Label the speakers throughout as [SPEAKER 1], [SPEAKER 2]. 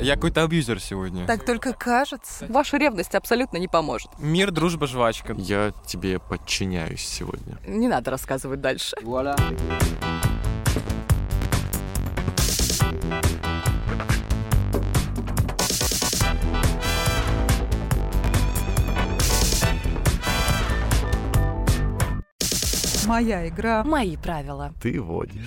[SPEAKER 1] Я какой-то абьюзер сегодня.
[SPEAKER 2] Так только кажется.
[SPEAKER 3] Ваша ревность абсолютно не поможет.
[SPEAKER 1] Мир, дружба, жвачка.
[SPEAKER 4] Я тебе подчиняюсь сегодня.
[SPEAKER 3] Не надо рассказывать дальше.
[SPEAKER 2] Моя игра.
[SPEAKER 3] Мои правила.
[SPEAKER 5] Ты водишь.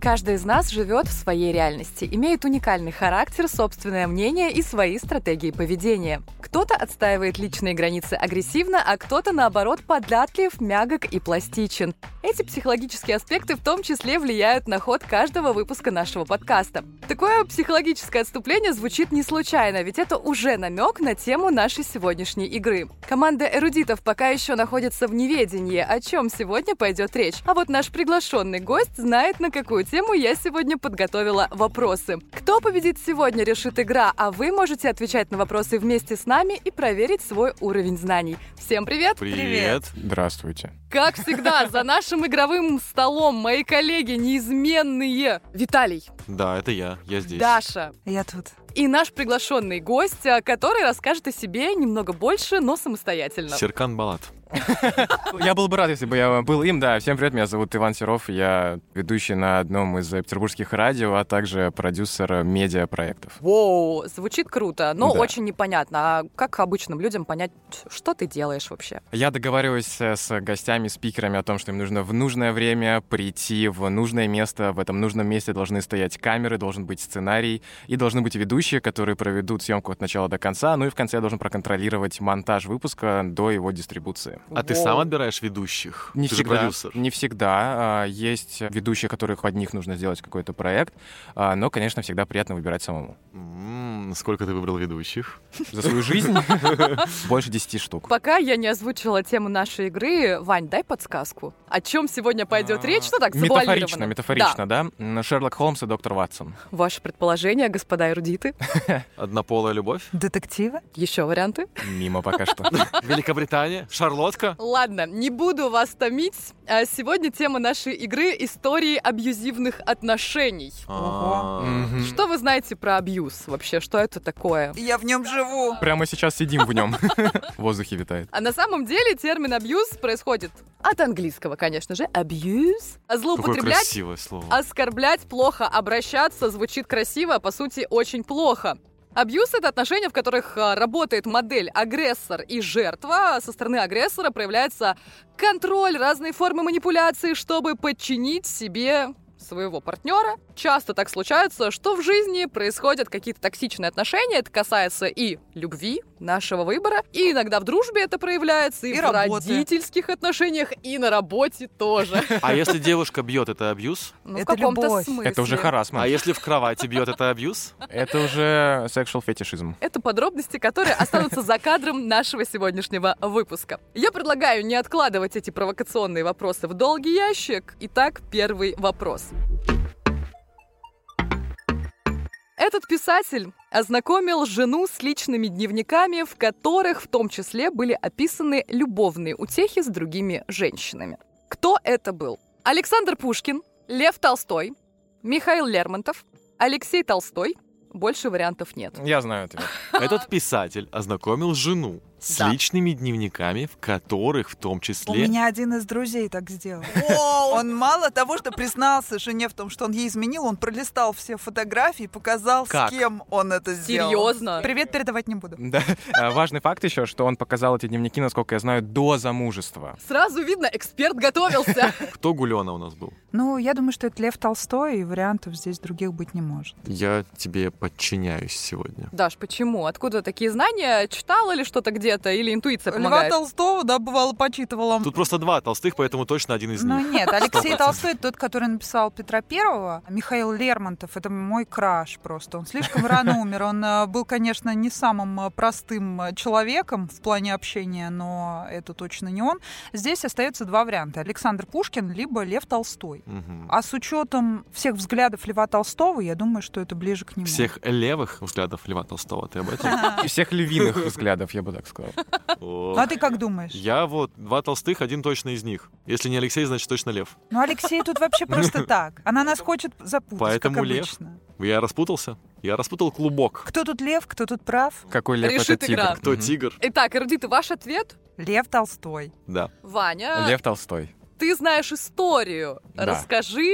[SPEAKER 3] Каждый из нас живет в своей реальности, имеет уникальный характер, собственное мнение и свои стратегии поведения. Кто-то отстаивает личные границы агрессивно, а кто-то, наоборот, податлив, мягок и пластичен. Эти психологические аспекты в том числе влияют на ход каждого выпуска нашего подкаста. Такое психологическое отступление звучит не случайно, ведь это уже намек на тему нашей сегодняшней игры. Команда эрудитов пока еще находится в неведении, о чем сегодня пойдет речь. А вот наш приглашенный гость знает, на какую тему я сегодня подготовила вопросы. Кто победит сегодня, решит игра, а вы можете отвечать на вопросы вместе с нами и проверить свой уровень знаний. Всем привет!
[SPEAKER 2] Привет.
[SPEAKER 1] Здравствуйте.
[SPEAKER 3] Как всегда, за нашим игровым столом мои коллеги неизменные Виталий,
[SPEAKER 4] Да, это я. Я здесь.
[SPEAKER 3] Даша
[SPEAKER 2] Я тут.
[SPEAKER 3] и наш приглашенный гость, а, который расскажет о себе немного больше, но самостоятельно.
[SPEAKER 4] Серкан Балат.
[SPEAKER 1] Я был бы рад, если бы я был им. Да, всем привет, меня зовут Иван Серов, я ведущий на одном из петербургских радио, а также продюсер медиапроектов.
[SPEAKER 3] Воу, звучит круто, но
[SPEAKER 1] Да.
[SPEAKER 3] очень непонятно. А как обычным людям понять, что ты делаешь вообще?
[SPEAKER 1] Я договариваюсь э, с гостями, спикерами о том, что им нужно в нужное время прийти в нужное место. В этом нужном месте должны стоять камеры, должен быть сценарий и должны быть ведущие, которые проведут съемку от начала до конца. Ну и в конце я должен проконтролировать монтаж выпуска до его дистрибуции.
[SPEAKER 4] А ты
[SPEAKER 3] Воу.
[SPEAKER 4] сам отбираешь ведущих?
[SPEAKER 1] Не
[SPEAKER 4] ты
[SPEAKER 1] всегда.
[SPEAKER 4] же продюсер.
[SPEAKER 1] Не всегда. А, Есть ведущие, которых под них нужно сделать какой-то проект. А, Но, конечно, всегда приятно выбирать самому.
[SPEAKER 4] М, сколько ты выбрал ведущих?
[SPEAKER 1] За свою жизнь больше 10 штук.
[SPEAKER 3] Пока я не озвучила тему нашей игры, Вань, дай подсказку. О чем сегодня пойдет
[SPEAKER 1] А,
[SPEAKER 3] речь? Что так,
[SPEAKER 1] Метафорично,
[SPEAKER 3] завуалировано?
[SPEAKER 1] метафорично, да? М, Шерлок Холмс и доктор Ватсон.
[SPEAKER 3] Да. Ваши предположения, господа эрудиты.
[SPEAKER 4] Однополая любовь?
[SPEAKER 2] Детективы?
[SPEAKER 3] Еще варианты?
[SPEAKER 1] Мимо пока что.
[SPEAKER 4] Великобритания? Шарлотка?
[SPEAKER 3] Ладно, не буду вас томить. А Сегодня тема нашей игры — истории абьюзивных отношений.
[SPEAKER 4] А,
[SPEAKER 1] Мгм.
[SPEAKER 3] Что вы знаете про абьюз вообще? Что это такое?
[SPEAKER 2] Я в нем живу.
[SPEAKER 1] Прямо сейчас сидим в нем. В воздухе витает.
[SPEAKER 3] А на самом деле термин абьюз происходит от английского, конечно же, абьюз. А
[SPEAKER 4] Какое
[SPEAKER 3] злоупотреблять
[SPEAKER 4] красивое
[SPEAKER 2] А
[SPEAKER 4] слово.
[SPEAKER 3] Оскорблять плохо, обращаться звучит красиво, а по сути очень плохо. Абьюз — это отношения, в которых а, работает модель агрессор и жертва. Со стороны агрессора проявляется контроль, разные формы манипуляции, чтобы подчинить себе своего партнера. Часто так случается, что в жизни происходят какие-то токсичные отношения. Это касается и любви, нашего выбора, и иногда в дружбе это проявляется, и,
[SPEAKER 2] И
[SPEAKER 3] в
[SPEAKER 2] работы.
[SPEAKER 3] родительских отношениях, и на работе тоже.
[SPEAKER 4] А если девушка бьет, это абьюз?
[SPEAKER 3] Ну,
[SPEAKER 2] Это
[SPEAKER 3] в каком-то
[SPEAKER 2] любовь.
[SPEAKER 3] смысле.
[SPEAKER 1] Это уже
[SPEAKER 4] А
[SPEAKER 1] харасмент.
[SPEAKER 4] если в кровати бьет, это абьюз?
[SPEAKER 1] Это уже сексуал фетишизм.
[SPEAKER 3] Это подробности, которые останутся за кадром нашего сегодняшнего выпуска. Я предлагаю не откладывать эти провокационные вопросы в долгий ящик. Итак, первый вопрос. Этот писатель ознакомил жену с личными дневниками, в которых в том числе были описаны любовные утехи с другими женщинами. Кто это был? Александр Пушкин, Лев Толстой, Михаил Лермонтов, Алексей Толстой. Больше вариантов нет.
[SPEAKER 1] Я знаю это.
[SPEAKER 4] Этот писатель ознакомил жену с
[SPEAKER 3] Да.
[SPEAKER 4] личными дневниками, в которых в том
[SPEAKER 2] У
[SPEAKER 4] числе...
[SPEAKER 2] меня один из друзей так сделал. Он мало того, что признался жене в том, что он ей изменил, он пролистал все фотографии и показал,
[SPEAKER 4] Как?
[SPEAKER 2] с кем он это сделал.
[SPEAKER 3] Серьезно?
[SPEAKER 2] Привет передавать не буду.
[SPEAKER 1] Да. А, Важный факт еще, что он показал эти дневники, насколько я знаю, до замужества.
[SPEAKER 3] Сразу видно, эксперт готовился.
[SPEAKER 4] Кто Гулена у нас был?
[SPEAKER 2] Ну, я думаю, что это Лев Толстой, и вариантов здесь других быть не может.
[SPEAKER 4] Я тебе подчиняюсь сегодня.
[SPEAKER 3] Даш, почему? Откуда такие знания? Читала ли что-то где-то или интуиция
[SPEAKER 2] Льва
[SPEAKER 3] помогает?
[SPEAKER 2] Толстого, да, бывало, почитывала.
[SPEAKER 4] Тут просто два толстых, поэтому точно один из
[SPEAKER 2] Ну
[SPEAKER 4] них.
[SPEAKER 2] нет, Алексей Толстой, это тот, который написал Петра Первого, Михаил Лермонтов, это мой краш просто. Он слишком рано умер. Он э, был, конечно, не самым э, простым э, человеком в плане общения, но это точно не он. Здесь остается два варианта. Александр Пушкин, либо Лев Толстой.
[SPEAKER 4] Мгм.
[SPEAKER 2] А с учетом всех взглядов Льва Толстого, я думаю, что это ближе к нему.
[SPEAKER 4] Всех левых взглядов Льва Толстого, ты об этом?
[SPEAKER 3] А.
[SPEAKER 1] И Всех львиных взглядов, я бы так сказал.
[SPEAKER 4] Ох.
[SPEAKER 2] Ну, А ты как думаешь?
[SPEAKER 4] Я вот два толстых, один точно из них. Если не Алексей, значит точно Лев.
[SPEAKER 2] Ну, Алексей тут вообще просто так. Она нас хочет запутать,
[SPEAKER 4] Поэтому
[SPEAKER 2] как
[SPEAKER 4] Лев.
[SPEAKER 2] обычно.
[SPEAKER 4] Я распутался? Я распутал клубок.
[SPEAKER 2] Кто тут лев, кто тут прав?
[SPEAKER 1] Какой лев
[SPEAKER 3] Решит
[SPEAKER 1] это тигр?
[SPEAKER 3] игра.
[SPEAKER 4] Кто
[SPEAKER 1] Мгм.
[SPEAKER 4] тигр?
[SPEAKER 3] Итак, эрудиты, ваш ответ?
[SPEAKER 2] Лев Толстой.
[SPEAKER 4] Да.
[SPEAKER 3] Ваня,
[SPEAKER 1] Лев Толстой.
[SPEAKER 3] ты знаешь историю.
[SPEAKER 1] Да.
[SPEAKER 3] Расскажи,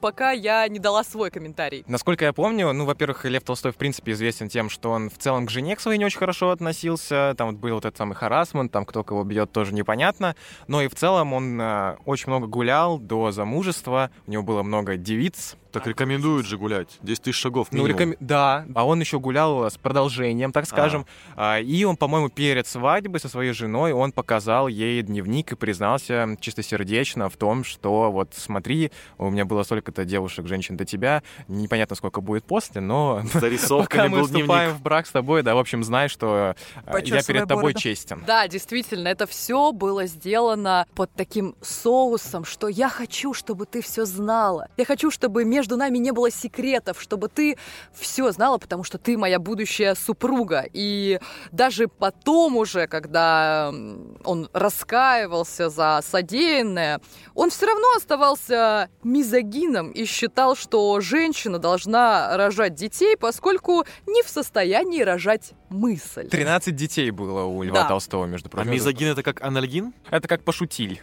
[SPEAKER 3] пока я не дала свой комментарий.
[SPEAKER 1] Насколько я помню, ну, во-первых, Лев Толстой, в принципе, известен тем, что он в целом к жене к своей не очень хорошо относился, там вот был вот этот самый харасмент, там кто кого бьет, тоже непонятно, но и в целом он э, очень много гулял до замужества, у него было много девиц,
[SPEAKER 4] Так рекомендуют же гулять. 10 тысяч шагов
[SPEAKER 1] Ну,
[SPEAKER 4] минимум.
[SPEAKER 1] рекомен- да, а он еще гулял с продолжением, так скажем. А, И он, по-моему, перед свадьбой со своей женой, он показал ей дневник и признался чистосердечно в том, что вот смотри, у меня было столько-то девушек, женщин до тебя, непонятно, сколько будет после, но
[SPEAKER 4] Зарисовка
[SPEAKER 1] пока мы
[SPEAKER 4] был
[SPEAKER 1] вступаем
[SPEAKER 4] дневник.
[SPEAKER 1] в брак с тобой, да, в общем, знай, что э, я
[SPEAKER 2] Почесывая
[SPEAKER 1] перед тобой
[SPEAKER 2] бороду.
[SPEAKER 1] честен.
[SPEAKER 3] Да, действительно, это все было сделано под таким соусом, что я хочу, чтобы ты все знала. Я хочу, чтобы между нами не было секретов, чтобы ты все знала, потому что ты моя будущая супруга. И даже потом уже, когда м, он раскаивался за содеянное, он все равно оставался мизогином и считал, что женщина должна рожать детей, поскольку не в состоянии рожать мысль.
[SPEAKER 1] 13 детей было у Льва
[SPEAKER 3] Да.
[SPEAKER 1] Толстого, между
[SPEAKER 4] А
[SPEAKER 1] прочим.
[SPEAKER 4] мизогин это как анальгин?
[SPEAKER 1] Это как пошутиль.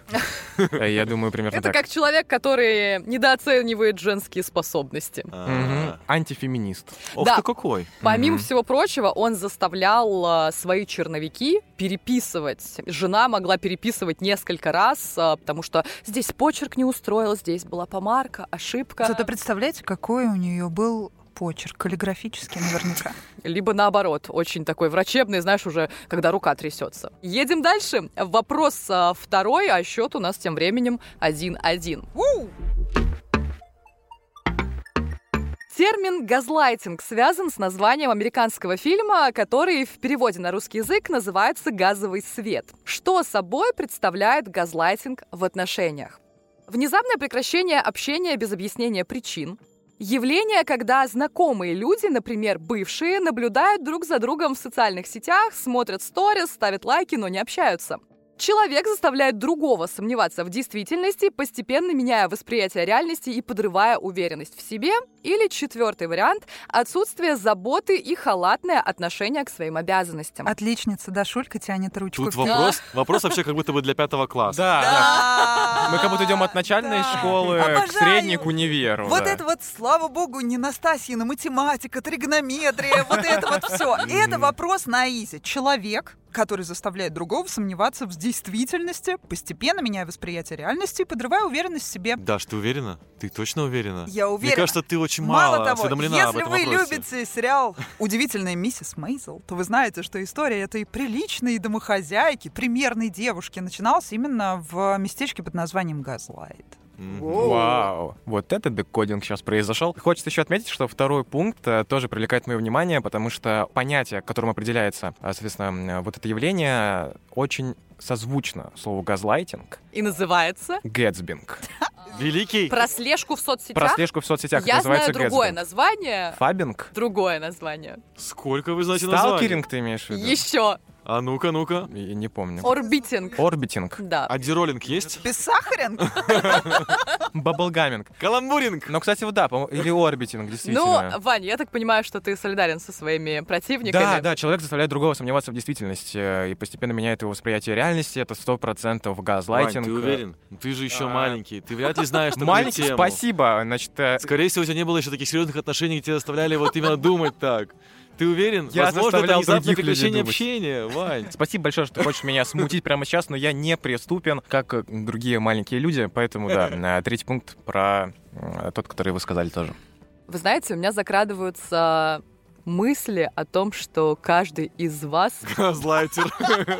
[SPEAKER 1] Э, Я думаю, примерно
[SPEAKER 3] Это
[SPEAKER 1] так.
[SPEAKER 3] как человек, который недооценивает женские способности.
[SPEAKER 1] Мгм.
[SPEAKER 4] А,
[SPEAKER 1] Антифеминист.
[SPEAKER 4] Ох
[SPEAKER 3] Да.
[SPEAKER 4] ты какой.
[SPEAKER 3] Помимо
[SPEAKER 1] Мгм.
[SPEAKER 3] всего прочего, он заставлял э, свои черновики переписывать. Жена могла переписывать несколько раз, э, потому что здесь почерк не устроил, здесь была помарка, ошибка.
[SPEAKER 2] Зато представляете, какой у нее был почерк, каллиграфический наверняка.
[SPEAKER 3] Либо наоборот, очень такой врачебный, знаешь, уже когда рука трясется. Едем дальше. Вопрос э, второй, а счет у нас тем временем 1-1. Термин «газлайтинг» связан с названием американского фильма, который в переводе на русский язык называется «Газовый свет». Что собой представляет газлайтинг в отношениях? Внезапное прекращение общения без объяснения причин, Явление, когда знакомые люди, например, бывшие, наблюдают друг за другом в социальных сетях, смотрят сторис, ставят лайки, но не общаются. Человек заставляет другого сомневаться в действительности, постепенно меняя восприятие реальности и подрывая уверенность в себе. Или четвертый вариант – отсутствие заботы и халатное отношение к своим обязанностям.
[SPEAKER 2] Отличница Дашулька тянет ручку.
[SPEAKER 4] Тут вопрос, вопрос вообще как будто бы для пятого класса.
[SPEAKER 1] Да, да.
[SPEAKER 2] Мы
[SPEAKER 1] Мы как будто идем от начальной школы к
[SPEAKER 2] Обожаю.
[SPEAKER 1] средней к универу.
[SPEAKER 2] Вот
[SPEAKER 1] да.
[SPEAKER 2] это вот, слава богу, не Настасьина математика, тригонометрия, вот это вот все. Это вопрос на изи. Человек, который заставляет другого сомневаться в действительности, постепенно меняя восприятие реальности и подрывая уверенность в себе.
[SPEAKER 4] Даш, ты уверена? Ты точно уверена?
[SPEAKER 2] Я
[SPEAKER 4] Мне
[SPEAKER 2] уверена.
[SPEAKER 4] кажется, ты очень мало,
[SPEAKER 2] Мало, того,
[SPEAKER 4] осведомлена об
[SPEAKER 2] если
[SPEAKER 4] этом
[SPEAKER 2] вы
[SPEAKER 4] вопросе.
[SPEAKER 2] любите сериал «Удивительная миссис Мейзел», то вы знаете, что история этой приличной домохозяйки, примерной девушки, начиналась именно в местечке под названием Газлайт.
[SPEAKER 4] Мгм.
[SPEAKER 1] Вау, вот это декодинг сейчас произошел. Хочется еще отметить, что второй пункт э, тоже привлекает мое внимание, потому что понятие, которым определяется, а, соответственно, м, вот это явление, очень созвучно слову газлайтинг,
[SPEAKER 3] И называется
[SPEAKER 1] гэтсбинг.
[SPEAKER 4] Великий.
[SPEAKER 3] «Про слежку в соцсетях».
[SPEAKER 1] Про слежку в соцсетях это
[SPEAKER 3] Я
[SPEAKER 1] называется
[SPEAKER 3] знаю другое
[SPEAKER 1] гэтсбинг.
[SPEAKER 3] название.
[SPEAKER 1] Фабинг?
[SPEAKER 3] Другое название.
[SPEAKER 4] Сколько вы знаете названий?
[SPEAKER 1] Сталкеринг ты имеешь в виду?
[SPEAKER 3] Еще.
[SPEAKER 4] А ну-ка, ну-ка.
[SPEAKER 1] Я не помню.
[SPEAKER 3] Орбитинг.
[SPEAKER 1] Орбитинг,
[SPEAKER 3] Да.
[SPEAKER 4] Адиролинг есть?
[SPEAKER 2] Бессахаренко?
[SPEAKER 1] баблгаминг.
[SPEAKER 4] Каламбуринг.
[SPEAKER 1] Ну, кстати, вот да, по-моему, или орбитинг, действительно.
[SPEAKER 3] Ну, Ваня, я так понимаю, что ты солидарен со своими противниками.
[SPEAKER 1] Да, да, человек заставляет другого сомневаться в действительности э, и постепенно меняет его восприятие реальности. Это сто процентов
[SPEAKER 4] Вань,
[SPEAKER 1] газлайтинг.
[SPEAKER 4] ты уверен? Ты же еще
[SPEAKER 1] А.
[SPEAKER 4] маленький. Ты вряд ли знаешь такую
[SPEAKER 1] Маленький,
[SPEAKER 4] тему.
[SPEAKER 1] спасибо. Значит, э,
[SPEAKER 4] Скорее всего, у тебя не было еще таких серьезных отношений, где тебя заставляли вот именно думать так. Ты уверен?
[SPEAKER 1] Я
[SPEAKER 4] Возможно, это
[SPEAKER 1] заставлял
[SPEAKER 4] внезапное
[SPEAKER 1] других людей
[SPEAKER 4] прекращение
[SPEAKER 1] думать.
[SPEAKER 4] общения, Вань.
[SPEAKER 1] спасибо большое, что хочешь меня смутить прямо сейчас, но я не преступен, как э, другие маленькие люди. Поэтому, да, э, третий пункт про э, тот, который вы сказали тоже.
[SPEAKER 3] Вы знаете, у меня закрадываются мысли о том, что каждый из вас
[SPEAKER 4] Газлайтер.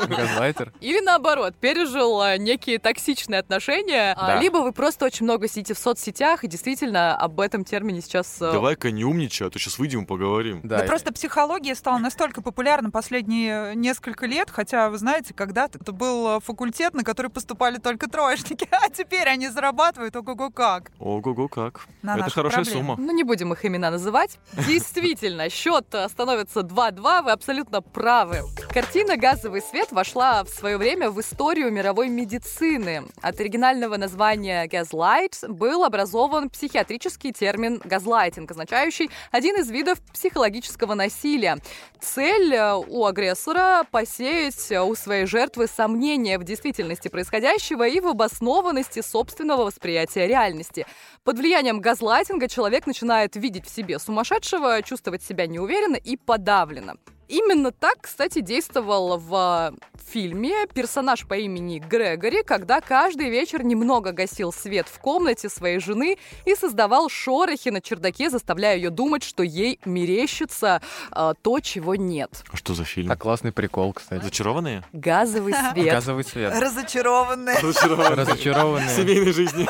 [SPEAKER 1] Газлайтер.
[SPEAKER 3] или наоборот пережил э, некие токсичные отношения, а,
[SPEAKER 1] Да.
[SPEAKER 3] либо вы просто очень много сидите в соцсетях и действительно об этом термине сейчас э,
[SPEAKER 4] Давай-ка не умничай, а то сейчас выйдем поговорим.
[SPEAKER 1] Да,
[SPEAKER 2] Да Ну, просто психология стала настолько популярна последние несколько лет, хотя, вы знаете, когда-то это был э, факультет, на который поступали только троечники, а теперь они зарабатывают ого-го как.
[SPEAKER 4] Ого-го, как.
[SPEAKER 2] На
[SPEAKER 4] это
[SPEAKER 2] наши
[SPEAKER 4] хорошая
[SPEAKER 2] проблемы.
[SPEAKER 4] сумма.
[SPEAKER 3] Ну, не будем их имена называть. Действительно, счет э, становится 2-2, вы абсолютно правы. Картина «Газовый свет» вошла в свое время в историю мировой медицины. От оригинального названия «газлайт» был образован психиатрический термин «газлайтинг», означающий один из видов психологического насилия. Цель э, у агрессора – посеять э, у своей жертвы сомнения в действительности происходящего и в обоснованности собственного восприятия реальности. Под влиянием газлайтинга человек начинает видеть в себе сумасшедшего, чувствовать себя неуверенно и подавленно. Именно так, кстати, действовал в фильме персонаж по имени Грегори, когда каждый вечер немного гасил свет в комнате своей жены и создавал шорохи на чердаке, заставляя ее думать, что ей мерещится э, то, чего нет.
[SPEAKER 4] А что за фильм?
[SPEAKER 1] А классный прикол, кстати.
[SPEAKER 4] Зачарованные?
[SPEAKER 3] Газовый свет.
[SPEAKER 1] Газовый цвет.
[SPEAKER 2] Разочарованные.
[SPEAKER 4] Зачарованные.
[SPEAKER 1] Разочарованные.
[SPEAKER 4] Семейной жизни.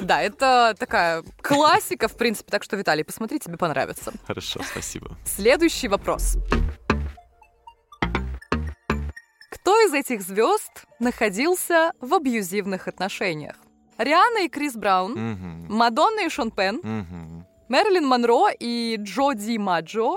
[SPEAKER 3] Да, это такая классика, в принципе. Так что, Виталий, посмотри, тебе понравится.
[SPEAKER 4] Хорошо, спасибо.
[SPEAKER 3] Следующий вопрос. Кто из этих звезд находился в абьюзивных отношениях? Риана и Крис Браун,
[SPEAKER 4] Мгм.
[SPEAKER 3] Мадонна и Шон Пен,
[SPEAKER 4] Мгм.
[SPEAKER 3] Мерлин Монро и Джо Ди Маджо.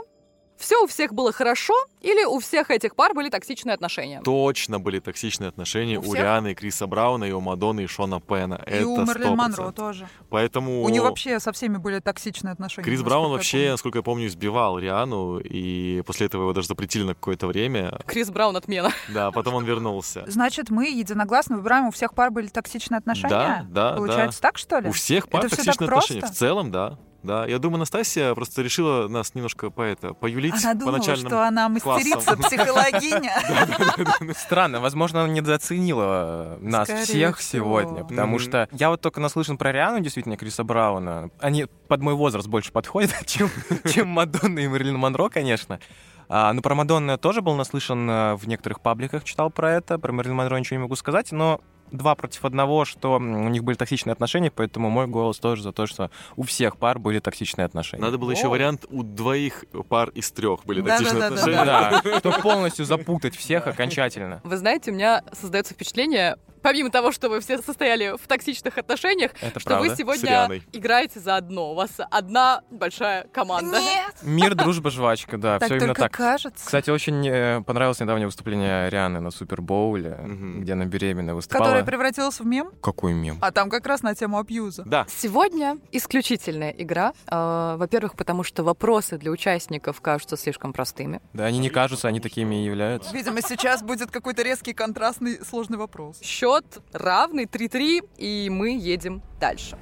[SPEAKER 3] Все у всех было хорошо или у всех этих пар были токсичные отношения?
[SPEAKER 4] Точно были токсичные отношения
[SPEAKER 3] У
[SPEAKER 4] у,
[SPEAKER 3] всех?
[SPEAKER 4] Рианы и Криса Брауна, и у Мадонны и Шона Пэна.
[SPEAKER 2] И
[SPEAKER 4] Это
[SPEAKER 2] у
[SPEAKER 4] 100%.
[SPEAKER 2] Мерлин Монро тоже.
[SPEAKER 4] Поэтому
[SPEAKER 2] У нее вообще со всеми были токсичные отношения.
[SPEAKER 4] Крис
[SPEAKER 2] насколько
[SPEAKER 4] Браун
[SPEAKER 2] я
[SPEAKER 4] вообще, насколько я помню, избивал Риану, и после этого его даже запретили на какое-то время.
[SPEAKER 3] Крис Браун отмена.
[SPEAKER 4] Да, а потом он вернулся.
[SPEAKER 2] помню. Значит, мы единогласно выбираем, у всех пар были токсичные отношения?
[SPEAKER 4] Да, да,
[SPEAKER 2] Получается так, что ли?
[SPEAKER 4] У всех пар
[SPEAKER 2] Это всё
[SPEAKER 4] токсичные
[SPEAKER 2] так
[SPEAKER 4] отношения. В
[SPEAKER 2] просто?
[SPEAKER 4] целом, да. Да, я думаю, Настасья просто решила нас немножко по это, поюлить
[SPEAKER 2] Она
[SPEAKER 4] по
[SPEAKER 2] думала,
[SPEAKER 4] начальным.
[SPEAKER 2] что она мастерица,
[SPEAKER 4] классам.
[SPEAKER 2] психологиня.
[SPEAKER 1] Странно, возможно, она недооценила э, нас
[SPEAKER 2] Скорее
[SPEAKER 1] всех
[SPEAKER 2] всего.
[SPEAKER 1] сегодня, потому
[SPEAKER 4] Мгм.
[SPEAKER 1] что я вот только наслышан про Риану, действительно, Криса Брауна. Они под мой возраст больше подходят, чем, чем Мадонна и Мерлин Монро, конечно. А, ну, про Мадонну я тоже был наслышан э, в некоторых пабликах, читал про это, про Мерлин Монро ничего не могу сказать, но два против одного, что м, у них были токсичные отношения, поэтому мой голос тоже за то, что у всех пар были токсичные отношения.
[SPEAKER 4] Надо было еще
[SPEAKER 2] О.
[SPEAKER 4] вариант у двоих пар из трех были
[SPEAKER 2] Да,
[SPEAKER 4] токсичные
[SPEAKER 2] да, да,
[SPEAKER 4] отношения.
[SPEAKER 1] Да, чтобы полностью запутать всех окончательно.
[SPEAKER 3] Вы знаете, у меня создается впечатление, помимо того, что вы все состояли в токсичных отношениях,
[SPEAKER 1] Это
[SPEAKER 3] что
[SPEAKER 1] правда.
[SPEAKER 3] вы
[SPEAKER 4] С
[SPEAKER 3] сегодня
[SPEAKER 4] Рианой.
[SPEAKER 3] играете заодно. У вас одна большая команда.
[SPEAKER 2] Нет,
[SPEAKER 1] Мир, дружба, жвачка,
[SPEAKER 4] А
[SPEAKER 1] да,
[SPEAKER 2] так
[SPEAKER 1] все именно
[SPEAKER 2] только
[SPEAKER 1] так.
[SPEAKER 2] кажется.
[SPEAKER 1] Кстати, очень э, понравилось недавнее выступление Рианы на Супербоуле,
[SPEAKER 4] Мгм.
[SPEAKER 1] где она беременна выступала.
[SPEAKER 2] Которая превратилась в мем,
[SPEAKER 1] Какой мем?
[SPEAKER 2] а там как раз на тему абьюза.
[SPEAKER 4] Да.
[SPEAKER 3] Сегодня исключительная игра. Э, Во-первых, потому что вопросы для участников кажутся слишком простыми.
[SPEAKER 1] Да они не кажутся, они такими и являются.
[SPEAKER 2] Видимо, сейчас будет какой-то резкий контрастный сложный вопрос.
[SPEAKER 3] Счет равный 3-3, и мы едем дальше.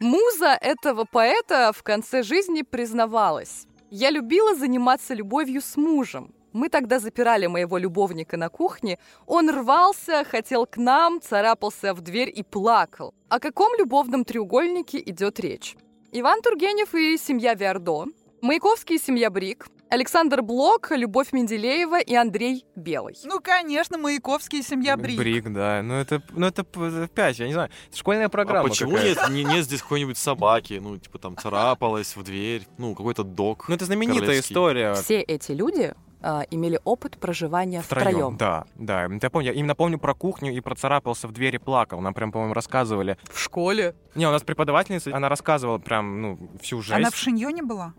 [SPEAKER 3] Муза этого поэта в конце жизни признавалась. Я любила заниматься любовью с мужем. Мы тогда запирали моего любовника на кухне. Он рвался, хотел к нам, царапался в дверь и плакал. О каком любовном треугольнике идет речь? Иван Тургенев и семья Виардо, Маяковский и семья Брик, Александр Блок, Любовь Менделеева и Андрей Белый.
[SPEAKER 2] Ну, конечно, Маяковский и семья Брик.
[SPEAKER 1] да. Ну это, ну это п- пять, я не знаю. Это школьная программа.
[SPEAKER 4] А почему
[SPEAKER 1] какая-то.
[SPEAKER 4] нет, не- нет здесь какой-нибудь собаки? Ну, типа там царапалась в дверь, ну, какой-то док.
[SPEAKER 1] Ну это знаменитая
[SPEAKER 4] Королевский.
[SPEAKER 1] история.
[SPEAKER 3] Все эти люди а, имели опыт проживания втроем.
[SPEAKER 1] Втроем. Да, да. Я помню, я именно помню про кухню и про царапался в двери плакал. Нам прям, по-моему, рассказывали.
[SPEAKER 3] В школе.
[SPEAKER 1] Не, у нас преподавательница, она рассказывала прям, ну, всю жесть.
[SPEAKER 2] Она в шиньоне была?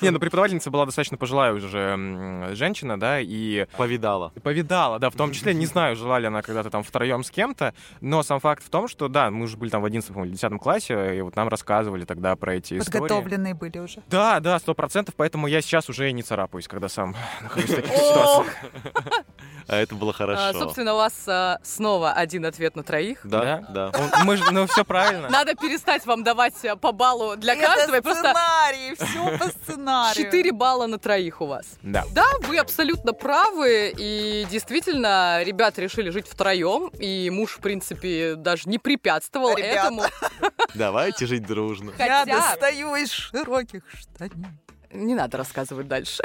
[SPEAKER 1] Не, ну преподавательница была достаточно пожилая уже м, женщина, да, и
[SPEAKER 4] Повидала.
[SPEAKER 1] Повидала, да, в том числе, не знаю, жила ли она когда-то там втроем с кем-то, но сам факт в том, что, да, мы уже были там в 11 или 10 классе, и вот нам рассказывали тогда про эти истории.
[SPEAKER 2] Подготовленные были уже.
[SPEAKER 1] Да, да, сто процентов, поэтому я сейчас уже и не царапаюсь, когда сам нахожусь в таких
[SPEAKER 3] О,
[SPEAKER 1] ситуациях.
[SPEAKER 4] А это было
[SPEAKER 3] а,
[SPEAKER 4] хорошо.
[SPEAKER 3] собственно, у вас а, снова один ответ на троих.
[SPEAKER 4] Да, да.
[SPEAKER 1] Он- Мы же, ну, все правильно.
[SPEAKER 3] Надо перестать вам давать а, по баллу для каждого. и
[SPEAKER 2] Это
[SPEAKER 3] Просто
[SPEAKER 2] сценарий, все по сценарию.
[SPEAKER 3] 4 балла на троих у вас.
[SPEAKER 1] Да.
[SPEAKER 3] Да, вы абсолютно правы. И действительно, ребята решили жить втроем. И муж, в принципе, даже не препятствовал
[SPEAKER 2] Ребята.
[SPEAKER 3] этому.
[SPEAKER 4] Давайте жить дружно.
[SPEAKER 2] Я
[SPEAKER 3] Хотя-
[SPEAKER 2] достаю из широких штанин.
[SPEAKER 3] Не надо рассказывать дальше.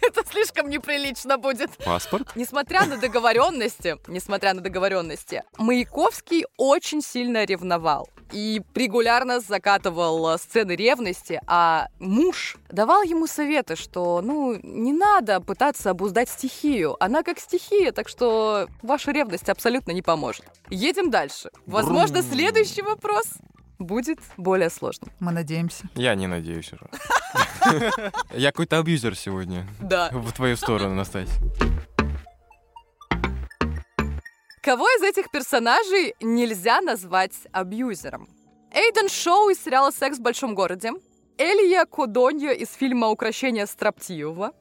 [SPEAKER 3] Это слишком неприлично будет.
[SPEAKER 4] Паспорт?
[SPEAKER 3] Несмотря на договоренности, несмотря на договоренности, Маяковский очень сильно ревновал и регулярно закатывал э, сцены ревности, а муж давал ему советы, что, ну, не надо пытаться обуздать стихию. Она как стихия, так что ваша ревность абсолютно не поможет. Едем дальше. Возможно,
[SPEAKER 4] Брум.
[SPEAKER 3] следующий вопрос будет более сложным.
[SPEAKER 2] Мы надеемся.
[SPEAKER 1] Я не надеюсь уже. Я какой-то абьюзер сегодня.
[SPEAKER 3] Да.
[SPEAKER 1] В твою сторону, Настась.
[SPEAKER 3] Кого из этих персонажей нельзя назвать абьюзером? Эйден Шоу из сериала «Секс в большом городе», Элия Кодоньо из фильма «Украшение Строптивого»,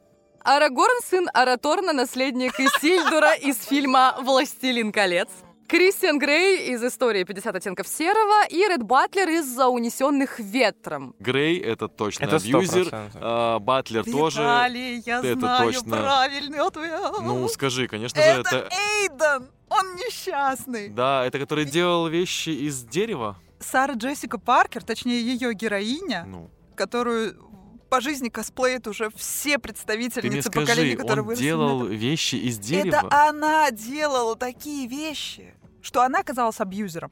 [SPEAKER 3] Арагорн, сын Араторна, наследник Исильдура из фильма «Властелин колец», Кристиан Грей из «Истории 50 оттенков серого» и Ред Батлер из «За унесенных ветром».
[SPEAKER 4] Грей это точно
[SPEAKER 1] Это
[SPEAKER 4] абьюзер.
[SPEAKER 1] 100%.
[SPEAKER 4] а, Батлер тоже.
[SPEAKER 2] Виталий, я
[SPEAKER 4] это
[SPEAKER 2] знаю
[SPEAKER 4] точно.
[SPEAKER 2] правильный ответ.
[SPEAKER 4] Ну, скажи, конечно же,
[SPEAKER 2] это,
[SPEAKER 4] это...
[SPEAKER 2] Эйден! Он несчастный.
[SPEAKER 4] Да, это который делал вещи из дерева.
[SPEAKER 2] Сара Джессика Паркер, точнее ее героиня,
[SPEAKER 4] Ну,
[SPEAKER 2] которую по жизни косплеит уже все
[SPEAKER 4] ты мне
[SPEAKER 2] представительницы поколения,
[SPEAKER 4] скажи,
[SPEAKER 2] которые
[SPEAKER 4] он
[SPEAKER 2] выросли. на
[SPEAKER 4] делал
[SPEAKER 2] этом.
[SPEAKER 4] вещи из
[SPEAKER 2] Это А.
[SPEAKER 4] дерева?
[SPEAKER 2] она делала такие вещи, что она казалась абьюзером,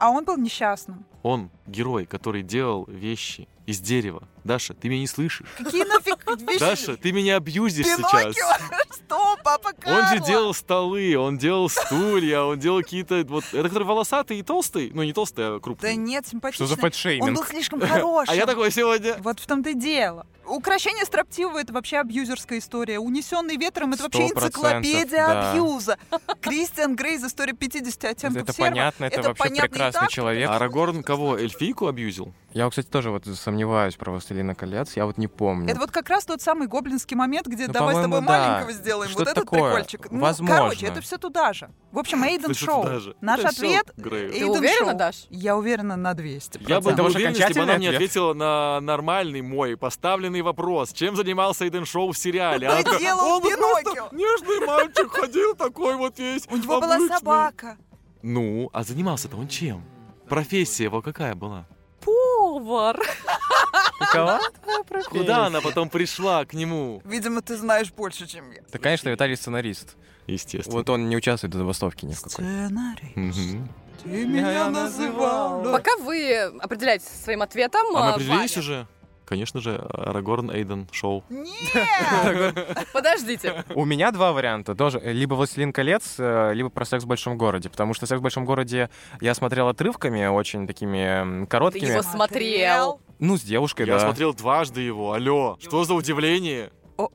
[SPEAKER 2] а он был несчастным.
[SPEAKER 4] Он герой, который делал вещи из дерева. Даша, ты меня не слышишь?
[SPEAKER 2] Какие нафиг вещи?
[SPEAKER 4] Даша, ты меня абьюзишь
[SPEAKER 2] Пиноккио?
[SPEAKER 4] сейчас.
[SPEAKER 2] Что, папа Карло?
[SPEAKER 4] Он же делал столы, он делал стулья, он делал какие-то... Вот, это который волосатый и толстый? Ну, не толстый, а крупный.
[SPEAKER 2] Да нет,
[SPEAKER 1] Что
[SPEAKER 2] симпатичный.
[SPEAKER 1] за
[SPEAKER 2] Он
[SPEAKER 1] фэтшейминг?
[SPEAKER 2] был слишком хорошим.
[SPEAKER 4] А я такой сегодня...
[SPEAKER 2] Вот в том-то и дело. Украшение строптивого это вообще абьюзерская история. Унесенный ветром это вообще
[SPEAKER 1] 100%,
[SPEAKER 2] энциклопедия
[SPEAKER 1] да.
[SPEAKER 2] абьюза. Кристиан Грей из истории 50 оттенков
[SPEAKER 1] Это
[SPEAKER 2] серого.
[SPEAKER 1] понятно, это
[SPEAKER 2] Это
[SPEAKER 1] вообще
[SPEAKER 2] понятно и
[SPEAKER 1] прекрасный
[SPEAKER 2] так.
[SPEAKER 1] человек.
[SPEAKER 4] Арагорн кого? Эльфийку абьюзил?
[SPEAKER 1] А, Я, кстати, тоже вот сомневаюсь про «Властелина колец», я вот не помню.
[SPEAKER 2] Это вот как раз тот самый гоблинский момент, где
[SPEAKER 1] Ну,
[SPEAKER 2] давай с тобой
[SPEAKER 1] по-моему, да.
[SPEAKER 2] маленького сделаем.
[SPEAKER 1] Что-то
[SPEAKER 2] вот этот
[SPEAKER 1] такое.
[SPEAKER 2] прикольчик. Ну,
[SPEAKER 1] Возможно.
[SPEAKER 2] короче, это все туда же. В общем, Эйден
[SPEAKER 4] Это всё
[SPEAKER 2] Шоу.
[SPEAKER 4] туда же.
[SPEAKER 2] Наш
[SPEAKER 4] Это всё
[SPEAKER 2] ответ
[SPEAKER 4] Грей.
[SPEAKER 2] Эйден
[SPEAKER 3] Ты уверена,
[SPEAKER 2] Шоу.
[SPEAKER 3] Даш?
[SPEAKER 2] Я уверена на 200.
[SPEAKER 4] Я был
[SPEAKER 1] Это
[SPEAKER 4] бы
[SPEAKER 1] уже
[SPEAKER 4] уверен, если бы она
[SPEAKER 1] окончательный
[SPEAKER 4] мне
[SPEAKER 1] ответ?
[SPEAKER 4] ответила на нормальный мой поставленный вопрос. Чем занимался Эйден Шоу в сериале? Она
[SPEAKER 2] Ты
[SPEAKER 4] такая,
[SPEAKER 2] делал
[SPEAKER 4] «Он
[SPEAKER 2] Пиноккио».
[SPEAKER 4] просто Нежный мальчик ходил такой вот весь.
[SPEAKER 2] У него была
[SPEAKER 4] обычный».
[SPEAKER 2] собака.
[SPEAKER 4] Ну, а занимался-то он чем? Профессия его какая была?
[SPEAKER 3] Повар.
[SPEAKER 1] Какова?
[SPEAKER 4] Куда она потом пришла к нему?
[SPEAKER 2] Видимо, ты знаешь больше, чем я.
[SPEAKER 1] Да, конечно, Виталий сценарист.
[SPEAKER 4] Естественно.
[SPEAKER 1] Вот он не участвует в забастовке ни в какой.
[SPEAKER 2] Сценарий.
[SPEAKER 4] Мгм.
[SPEAKER 2] Ты меня называл.
[SPEAKER 3] Пока вы определяетесь своим ответом,
[SPEAKER 4] А мы
[SPEAKER 3] а,
[SPEAKER 4] определились
[SPEAKER 3] Ваня,
[SPEAKER 4] уже? Конечно же, Арагорн Эйден Шоу.
[SPEAKER 2] Нет!
[SPEAKER 3] подождите.
[SPEAKER 1] У меня два варианта тоже. э, Либо «Властелин колец», э, либо про «Секс в большом городе». Потому что «Секс в большом городе» я смотрел отрывками, очень такими м,
[SPEAKER 3] Ты
[SPEAKER 1] короткими.
[SPEAKER 3] его смотрел.
[SPEAKER 1] Ну, с девушкой,
[SPEAKER 4] Я
[SPEAKER 1] да.
[SPEAKER 4] смотрел дважды его. Алло, что за удивление?
[SPEAKER 2] О-о.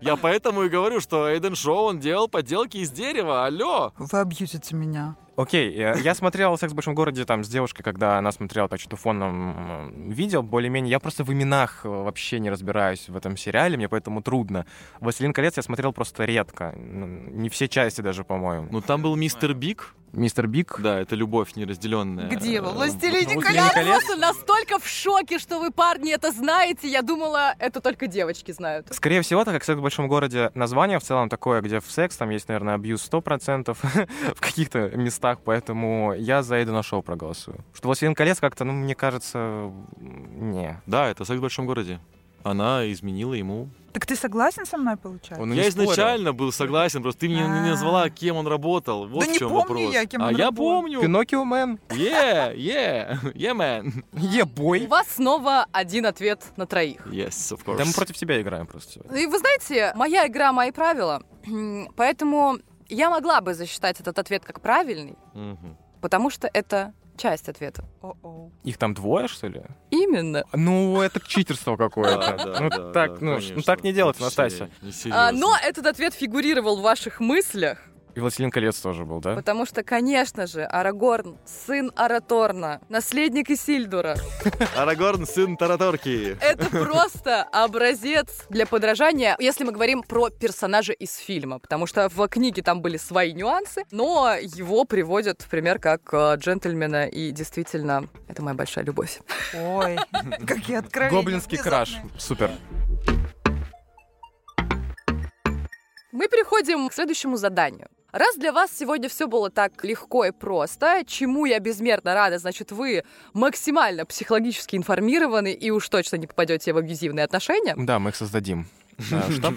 [SPEAKER 4] Я поэтому и говорю, что Эйден Шоу, он делал поделки из дерева. Алло!
[SPEAKER 2] Вы абьюзите меня.
[SPEAKER 1] Окей, я, я смотрел «Секс в большом городе» там с девушкой, когда она смотрела, так что фоном м, видел, более-менее. Я просто в именах э, вообще не разбираюсь в этом сериале, мне поэтому трудно. «Властелин колец» я смотрел просто редко. М, Не все части даже, по-моему.
[SPEAKER 4] Ну там был мистер Биг.
[SPEAKER 1] «Мистер Биг»
[SPEAKER 4] Да, это любовь неразделенная.
[SPEAKER 2] Где вы?
[SPEAKER 4] Э,
[SPEAKER 2] «Властелине
[SPEAKER 4] ну,
[SPEAKER 2] колец»?
[SPEAKER 3] Я просто настолько в шоке, что вы, парни, это знаете. Я думала, это только девочки знают.
[SPEAKER 1] Скорее всего, так как «Секс в большом городе» название в целом такое, где в секс, там есть, наверное, абьюз 100% в каких-то местах, поэтому я за Эйдена Шоу проголосую. Что «Властелин колец» как-то, ну, мне кажется, м, не.
[SPEAKER 4] Да, это секс в большом городе. Она изменила ему.
[SPEAKER 2] Так ты согласен со мной, получается?
[SPEAKER 1] Он и
[SPEAKER 4] я
[SPEAKER 1] не спорил.
[SPEAKER 4] изначально был согласен, просто ты мне не
[SPEAKER 2] А.
[SPEAKER 4] назвала, кем он работал. Вот
[SPEAKER 2] Да
[SPEAKER 4] в
[SPEAKER 2] не
[SPEAKER 4] чем
[SPEAKER 2] помню
[SPEAKER 4] вопрос.
[SPEAKER 2] я, кем
[SPEAKER 4] а
[SPEAKER 2] он
[SPEAKER 4] я
[SPEAKER 2] работал.
[SPEAKER 4] помню.
[SPEAKER 1] Пиноккио Мэн.
[SPEAKER 4] Yeah, yeah, yeah, man.
[SPEAKER 3] У
[SPEAKER 1] Е-бой.
[SPEAKER 3] вас снова один ответ на троих.
[SPEAKER 4] Yes, of course.
[SPEAKER 1] Да мы против тебя играем просто сегодня.
[SPEAKER 3] И вы знаете, моя игра, мои правила. Поэтому я могла бы засчитать этот ответ как правильный,
[SPEAKER 4] Мгм.
[SPEAKER 3] потому что это часть ответа.
[SPEAKER 2] О-оу.
[SPEAKER 1] Их там двое, что ли?
[SPEAKER 3] Именно.
[SPEAKER 1] Ну, это читерство
[SPEAKER 4] Да,
[SPEAKER 1] какое-то.
[SPEAKER 4] да,
[SPEAKER 1] Ну,
[SPEAKER 4] да, да,
[SPEAKER 1] так, ну, ш-
[SPEAKER 4] конечно.
[SPEAKER 1] ну, так не делать,
[SPEAKER 4] Вообще,
[SPEAKER 1] Настасья.
[SPEAKER 4] несерьезно.
[SPEAKER 3] А, но этот ответ фигурировал в ваших мыслях,
[SPEAKER 1] И «Властелин колец» тоже был, да?
[SPEAKER 3] потому что, конечно же, Арагорн, сын Араторна, наследник Исильдура,
[SPEAKER 4] Арагорн, сын Тараторки.
[SPEAKER 3] Это просто образец для подражания, если мы говорим про персонажа из фильма, потому что в книге там были свои нюансы, но его приводят в пример как э, джентльмена, и действительно, это моя большая любовь.
[SPEAKER 2] Ой, какие откровения.
[SPEAKER 1] Гоблинский краш.
[SPEAKER 2] внезапные.
[SPEAKER 1] Супер.
[SPEAKER 3] Мы переходим к следующему заданию. Раз для вас сегодня все было так легко и просто, чему я безмерно рада, значит, вы максимально психологически информированы и уж точно не попадете в абьюзивные отношения.
[SPEAKER 1] Да, мы их создадим. А, Что?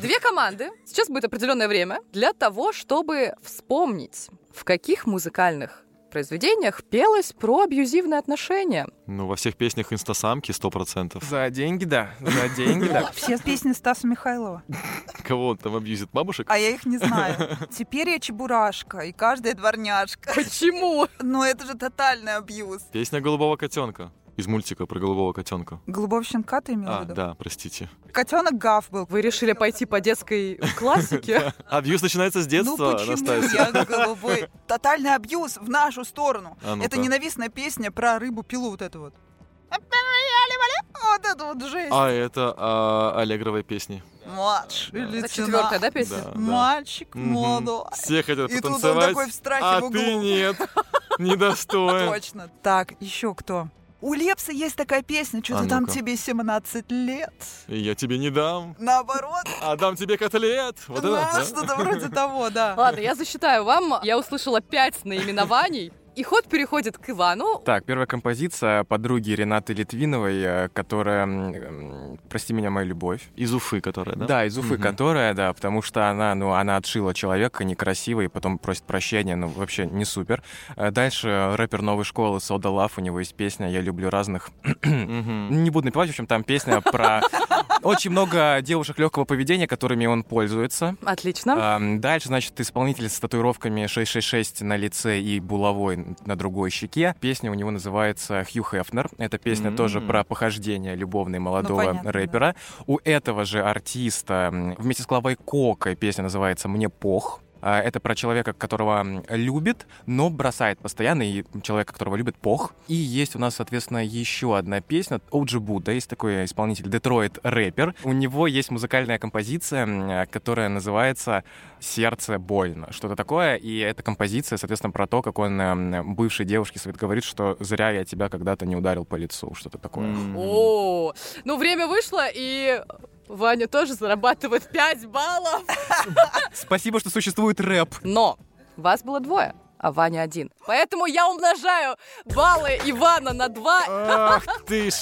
[SPEAKER 3] Две команды. Сейчас будет определенное время для того, чтобы вспомнить, в каких музыкальных произведениях пелось про абьюзивные отношения.
[SPEAKER 4] Ну, во всех песнях инстасамки 100%.
[SPEAKER 1] За деньги, да. За деньги, да.
[SPEAKER 2] Все песни Стаса Михайлова.
[SPEAKER 4] Кого он там абьюзит? Бабушек?
[SPEAKER 2] А я их не знаю. Теперь я чебурашка, и каждая дворняжка.
[SPEAKER 3] Почему?
[SPEAKER 2] Но это же тотальный абьюз.
[SPEAKER 4] Песня голубого котенка. Из мультика про голубого котенка.
[SPEAKER 2] Голубого щенка ты имел в
[SPEAKER 4] А,
[SPEAKER 2] виду?
[SPEAKER 4] да, простите.
[SPEAKER 2] Котенок Гав был.
[SPEAKER 3] Вы решили пойти по детской классике?
[SPEAKER 4] Абьюз начинается с детства,
[SPEAKER 2] ну почему
[SPEAKER 4] Настасья.
[SPEAKER 2] я голубой? Тотальный абьюз в нашу сторону.
[SPEAKER 4] А ну-ка.
[SPEAKER 2] это ненавистная песня про рыбу-пилу вот эту вот. Вот это вот жесть.
[SPEAKER 4] А это а, Аллегровой песни.
[SPEAKER 2] Младший
[SPEAKER 3] Это
[SPEAKER 2] лейтенант.
[SPEAKER 3] четвертая, да, песня?
[SPEAKER 4] Да, да.
[SPEAKER 2] Мальчик
[SPEAKER 4] Мгм.
[SPEAKER 2] молодой.
[SPEAKER 4] Все хотят
[SPEAKER 2] Ну, а И тут он
[SPEAKER 4] потанцевать,
[SPEAKER 2] такой в страхе
[SPEAKER 4] а
[SPEAKER 2] в углу.
[SPEAKER 4] ты нет, недостоин.
[SPEAKER 2] А, Точно. Так, еще кто? У Лепса есть такая песня, что-то
[SPEAKER 4] А
[SPEAKER 2] там
[SPEAKER 4] ну-ка.
[SPEAKER 2] тебе 17 лет.
[SPEAKER 4] И Я тебе не дам,
[SPEAKER 2] Наоборот,
[SPEAKER 4] а дам тебе котлет. Вот это,
[SPEAKER 2] да,
[SPEAKER 4] да?
[SPEAKER 2] что-то вроде того, да.
[SPEAKER 3] Ладно, я засчитаю вам. Я услышала пять наименований. И ход переходит к Ивану.
[SPEAKER 1] Так, первая композиция подруги Ренаты Литвиновой, э, которая м, м, «Прости меня, моя любовь».
[SPEAKER 4] Из Уфы, которая, да?
[SPEAKER 1] Да, из Уфы,
[SPEAKER 4] Мгм.
[SPEAKER 1] которая, да, потому что она, ну, она отшила человека некрасиво и потом просит прощения, ну, вообще не супер. Э, Дальше э, рэпер новой школы Сода Лав, у него есть песня «Я люблю разных».
[SPEAKER 4] Мгм.
[SPEAKER 1] Не буду напевать, в общем, там песня про очень много девушек легкого поведения, которыми он пользуется.
[SPEAKER 3] Отлично.
[SPEAKER 1] Эм, Дальше, значит, исполнитель с татуировками 666 на лице и булавой на другой щеке. Песня у него называется «Хью Хефнер». Эта песня
[SPEAKER 4] М.
[SPEAKER 1] тоже про похождение любовной молодого
[SPEAKER 2] понятно, да.
[SPEAKER 1] рэпера. У этого же артиста м, вместе с главой Кока песня называется «Мне пох». А, Это про человека, которого м, любит, но бросает постоянно, и человека, которого любит, пох. И есть у нас, соответственно, еще одна песня, Оджи Будда, есть такой исполнитель, Детройт-рэпер. У него есть музыкальная композиция, м, э, которая называется «Сердце больно», что-то такое, и эта композиция, соответственно, про то, как он эм, бывшей девушке своей говорит, что «зря я тебя когда-то не ударил по лицу», что-то такое.
[SPEAKER 4] М.
[SPEAKER 3] О, ну время вышло, и Ваня тоже зарабатывает 5 баллов.
[SPEAKER 1] Спасибо, что существует рэп.
[SPEAKER 3] Но вас было двое, а Ваня один. Поэтому я умножаю баллы Ивана на 2.
[SPEAKER 4] Ах ты ж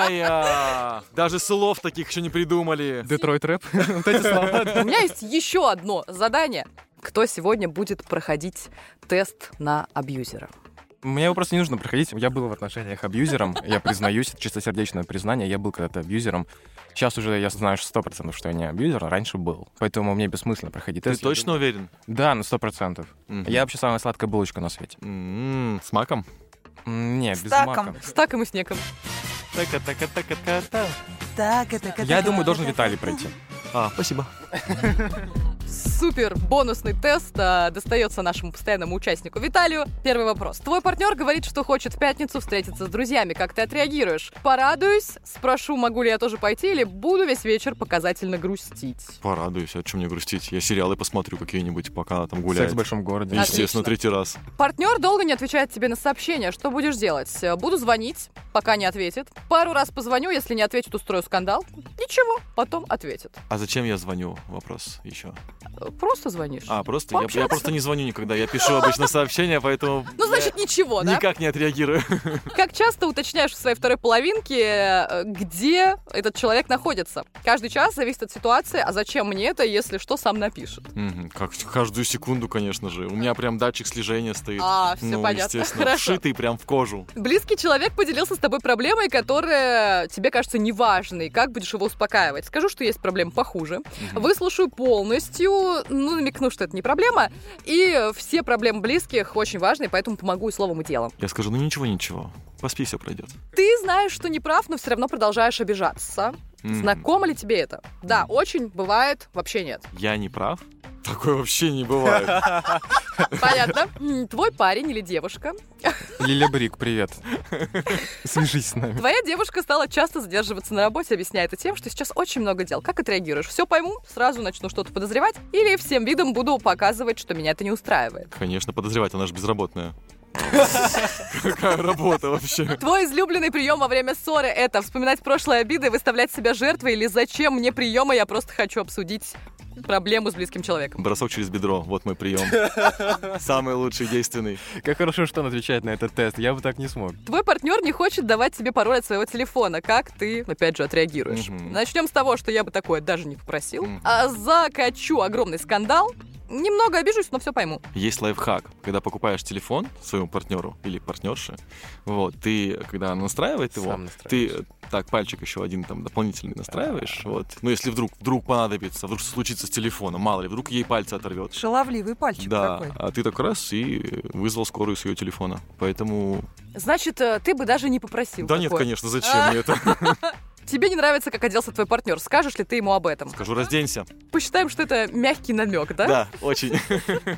[SPEAKER 4] какая! Даже слов таких еще не придумали.
[SPEAKER 1] Детройт рэп. Вот эти слова.
[SPEAKER 3] У меня есть еще одно задание. Кто сегодня будет проходить тест на абьюзера?
[SPEAKER 1] Мне его просто не нужно проходить. Я был в отношениях абьюзером. Я признаюсь, это чистосердечное признание. Я был когда-то абьюзером. Сейчас уже я знаю сто процентов, что я не абьюзер, а раньше был. Поэтому мне бессмысленно проходить
[SPEAKER 4] Ты
[SPEAKER 1] тест. Я
[SPEAKER 4] точно уверен?
[SPEAKER 1] думаю- Да, на сто процентов.
[SPEAKER 4] Мгм.
[SPEAKER 1] Я вообще самая сладкая булочка на свете.
[SPEAKER 4] М, С маком?
[SPEAKER 1] М, Не,
[SPEAKER 2] С
[SPEAKER 1] без
[SPEAKER 2] таком.
[SPEAKER 1] мака.
[SPEAKER 3] С таком и снегом.
[SPEAKER 4] Така-така-така-та.
[SPEAKER 2] Так, это, это,
[SPEAKER 1] Я
[SPEAKER 2] это,
[SPEAKER 1] думаю,
[SPEAKER 2] это,
[SPEAKER 1] должен
[SPEAKER 2] это.
[SPEAKER 1] Виталий пройти.
[SPEAKER 4] А, спасибо.
[SPEAKER 3] Супер бонусный тест а, достается нашему постоянному участнику Виталию. Первый вопрос. Твой партнер говорит, что хочет в пятницу встретиться с друзьями. Как ты отреагируешь? Порадуюсь, спрошу, могу ли я тоже пойти, или буду весь вечер показательно грустить.
[SPEAKER 4] Порадуюсь, а чем мне грустить? Я сериалы посмотрю какие-нибудь, пока она там
[SPEAKER 1] Секс
[SPEAKER 4] гуляет.
[SPEAKER 1] в большом
[SPEAKER 2] А
[SPEAKER 1] городе.
[SPEAKER 3] Отлично.
[SPEAKER 4] Естественно, третий раз.
[SPEAKER 3] Партнер долго не отвечает тебе на сообщения. Что будешь делать? Э, Буду звонить, пока не ответит. Пару раз позвоню, если не ответит, устрою скандал. Ничего, потом ответит.
[SPEAKER 4] А зачем я звоню? Вопрос еще.
[SPEAKER 3] Э, Просто звонишь.
[SPEAKER 4] А, просто я- я,
[SPEAKER 3] Пообщаться.
[SPEAKER 4] просто не звоню никогда. Я пишу обычно сообщения, поэтому
[SPEAKER 3] Ну, значит, ничего, да?
[SPEAKER 4] э, никак не отреагирую.
[SPEAKER 3] Как часто уточняешь в своей второй половинке, э, где этот человек находится? Каждый час зависит от ситуации, а зачем мне это, если что, сам напишет.
[SPEAKER 4] Мгм, Как каждую секунду, конечно же. У меня прям датчик слежения стоит.
[SPEAKER 3] А, все
[SPEAKER 4] ну,
[SPEAKER 3] понятно.
[SPEAKER 4] естественно,
[SPEAKER 3] Хорошо.
[SPEAKER 4] вшитый прям в кожу.
[SPEAKER 3] Близкий человек поделился с тобой проблемой, которая тебе кажется неважной. Как будешь его успокаивать? Скажу, что есть проблемы похуже.
[SPEAKER 4] Мгм.
[SPEAKER 3] Выслушаю полностью, ну, намекну, что это не проблема. И все проблемы близких очень важны, поэтому помогу и словом, и делом.
[SPEAKER 4] Я скажу, ну ничего, ничего. Поспи, все пройдет.
[SPEAKER 3] Ты знаешь, что не прав, но все равно продолжаешь обижаться.
[SPEAKER 4] Мгм.
[SPEAKER 3] Знакомо ли тебе это? Да, очень, бывает, вообще нет.
[SPEAKER 4] Я не прав? Такое вообще не бывает.
[SPEAKER 3] Понятно. М, Твой парень или девушка.
[SPEAKER 1] Лиля Брик, привет. Свяжись с нами.
[SPEAKER 3] Твоя девушка стала часто задерживаться на работе, объясняя это тем, что сейчас очень много дел. Как отреагируешь? Все пойму, сразу начну что-то подозревать, или всем видом буду показывать, что меня это не устраивает.
[SPEAKER 4] Конечно, подозревать, она же безработная. Какая работа вообще?
[SPEAKER 3] Твой излюбленный прием во время ссоры – это вспоминать прошлые обиды, выставлять себя жертвой или зачем мне приема, я просто хочу обсудить проблему с близким человеком.
[SPEAKER 4] Бросок через бедро, вот мой прием. Самый лучший, действенный.
[SPEAKER 1] Как хорошо, что он отвечает на этот тест. Я бы так не смог.
[SPEAKER 3] Твой партнер не хочет давать тебе пароль от своего телефона. Как ты, опять же, отреагируешь?
[SPEAKER 4] Мгм.
[SPEAKER 3] Начнем с того, что я бы такое даже не попросил.
[SPEAKER 4] Мгм.
[SPEAKER 3] А закачу огромный скандал. немного обижусь, но все пойму.
[SPEAKER 4] Есть лайфхак, когда покупаешь телефон своему партнеру или партнерше, вот, ты, когда она настраивает его,
[SPEAKER 1] Сам
[SPEAKER 4] ты
[SPEAKER 1] настраиваешь.
[SPEAKER 4] э, так пальчик еще один там дополнительный настраиваешь, вот. Ну, если вдруг, вдруг понадобится, вдруг что случится с телефоном, мало ли, вдруг ей пальцы оторвет.
[SPEAKER 2] Шаловливый пальчик
[SPEAKER 4] Да,
[SPEAKER 2] такой.
[SPEAKER 4] а ты так раз и вызвал скорую с ее телефона. Поэтому...
[SPEAKER 3] Значит, э, ты бы даже не попросил.
[SPEAKER 4] да нет,
[SPEAKER 3] такое.
[SPEAKER 4] конечно, зачем мне это?
[SPEAKER 3] Тебе не нравится, как оделся твой партнер. Скажешь ли ты ему об этом?
[SPEAKER 4] Скажу, разденься.
[SPEAKER 3] Посчитаем, что это мягкий намек, да?
[SPEAKER 4] Да, очень.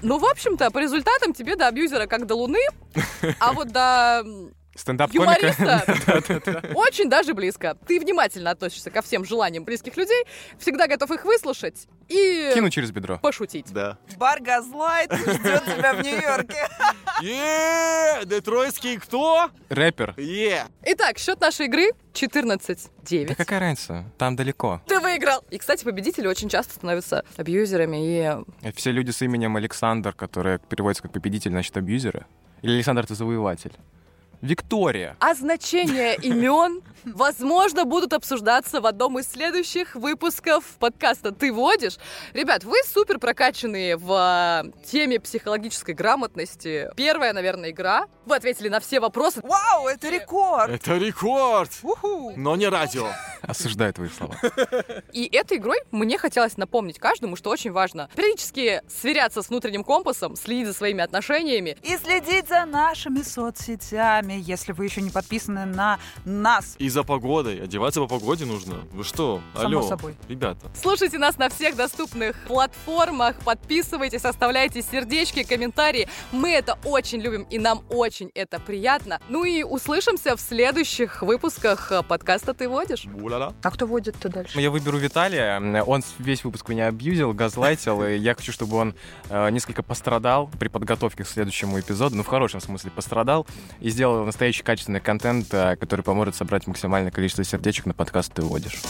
[SPEAKER 3] Ну, в общем-то, по результатам тебе до абьюзера как до луны, а вот до м,
[SPEAKER 4] А
[SPEAKER 1] Стендап-комика.
[SPEAKER 3] юмориста очень даже близко. Ты внимательно относишься ко всем желаниям близких людей, всегда готов их выслушать и
[SPEAKER 1] Кину через бедро.
[SPEAKER 3] пошутить.
[SPEAKER 4] Да.
[SPEAKER 2] Бар Газлайт ждет тебя в Нью-Йорке.
[SPEAKER 4] Е, Детройтский кто?
[SPEAKER 1] Рэпер.
[SPEAKER 4] Е.
[SPEAKER 3] Итак, счет нашей игры
[SPEAKER 1] Да
[SPEAKER 3] 14-9.
[SPEAKER 1] какая разница? Там далеко.
[SPEAKER 3] Ты выиграл! И, кстати, победители очень часто становятся абьюзерами и...
[SPEAKER 1] Это все люди с именем Александр, которые переводится как победитель, значит, абьюзеры. Или Александр, ты завоеватель. Виктория.
[SPEAKER 3] А значения имен, возможно, будут обсуждаться в одном из следующих выпусков подкаста «Ты водишь». Ребят, вы супер прокачанные в э, теме психологической грамотности. Первая, наверное, игра. Вы ответили на все вопросы.
[SPEAKER 2] Вау, это рекорд!
[SPEAKER 4] Это рекорд!
[SPEAKER 2] Уху!
[SPEAKER 4] Но не радио.
[SPEAKER 1] Осуждаю твои слова.
[SPEAKER 3] И этой игрой мне хотелось напомнить каждому, что очень важно периодически сверяться с внутренним компасом, следить за своими отношениями,
[SPEAKER 2] И следить за нашими соцсетями, если вы еще не подписаны на нас.
[SPEAKER 4] И за погодой. Одеваться по погоде нужно. Вы что?
[SPEAKER 2] Само
[SPEAKER 4] Алло.
[SPEAKER 2] собой.
[SPEAKER 4] Ребята.
[SPEAKER 3] Слушайте нас на всех доступных платформах, подписывайтесь, оставляйте сердечки, комментарии. Мы это очень любим и нам очень это приятно. Ну и услышимся в следующих выпусках э, подкаста «Ты водишь».
[SPEAKER 4] Буля-ля.
[SPEAKER 2] А кто водит-то дальше?
[SPEAKER 1] Я выберу Виталия. Он весь выпуск меня абьюзил, газлайтил, и я хочу, чтобы он э, несколько пострадал при подготовке к следующему эпизоду, ну, в хорошем смысле пострадал, и сделал настоящий качественный контент, э, который поможет собрать максимальное количество сердечек на подкаст «Ты водишь».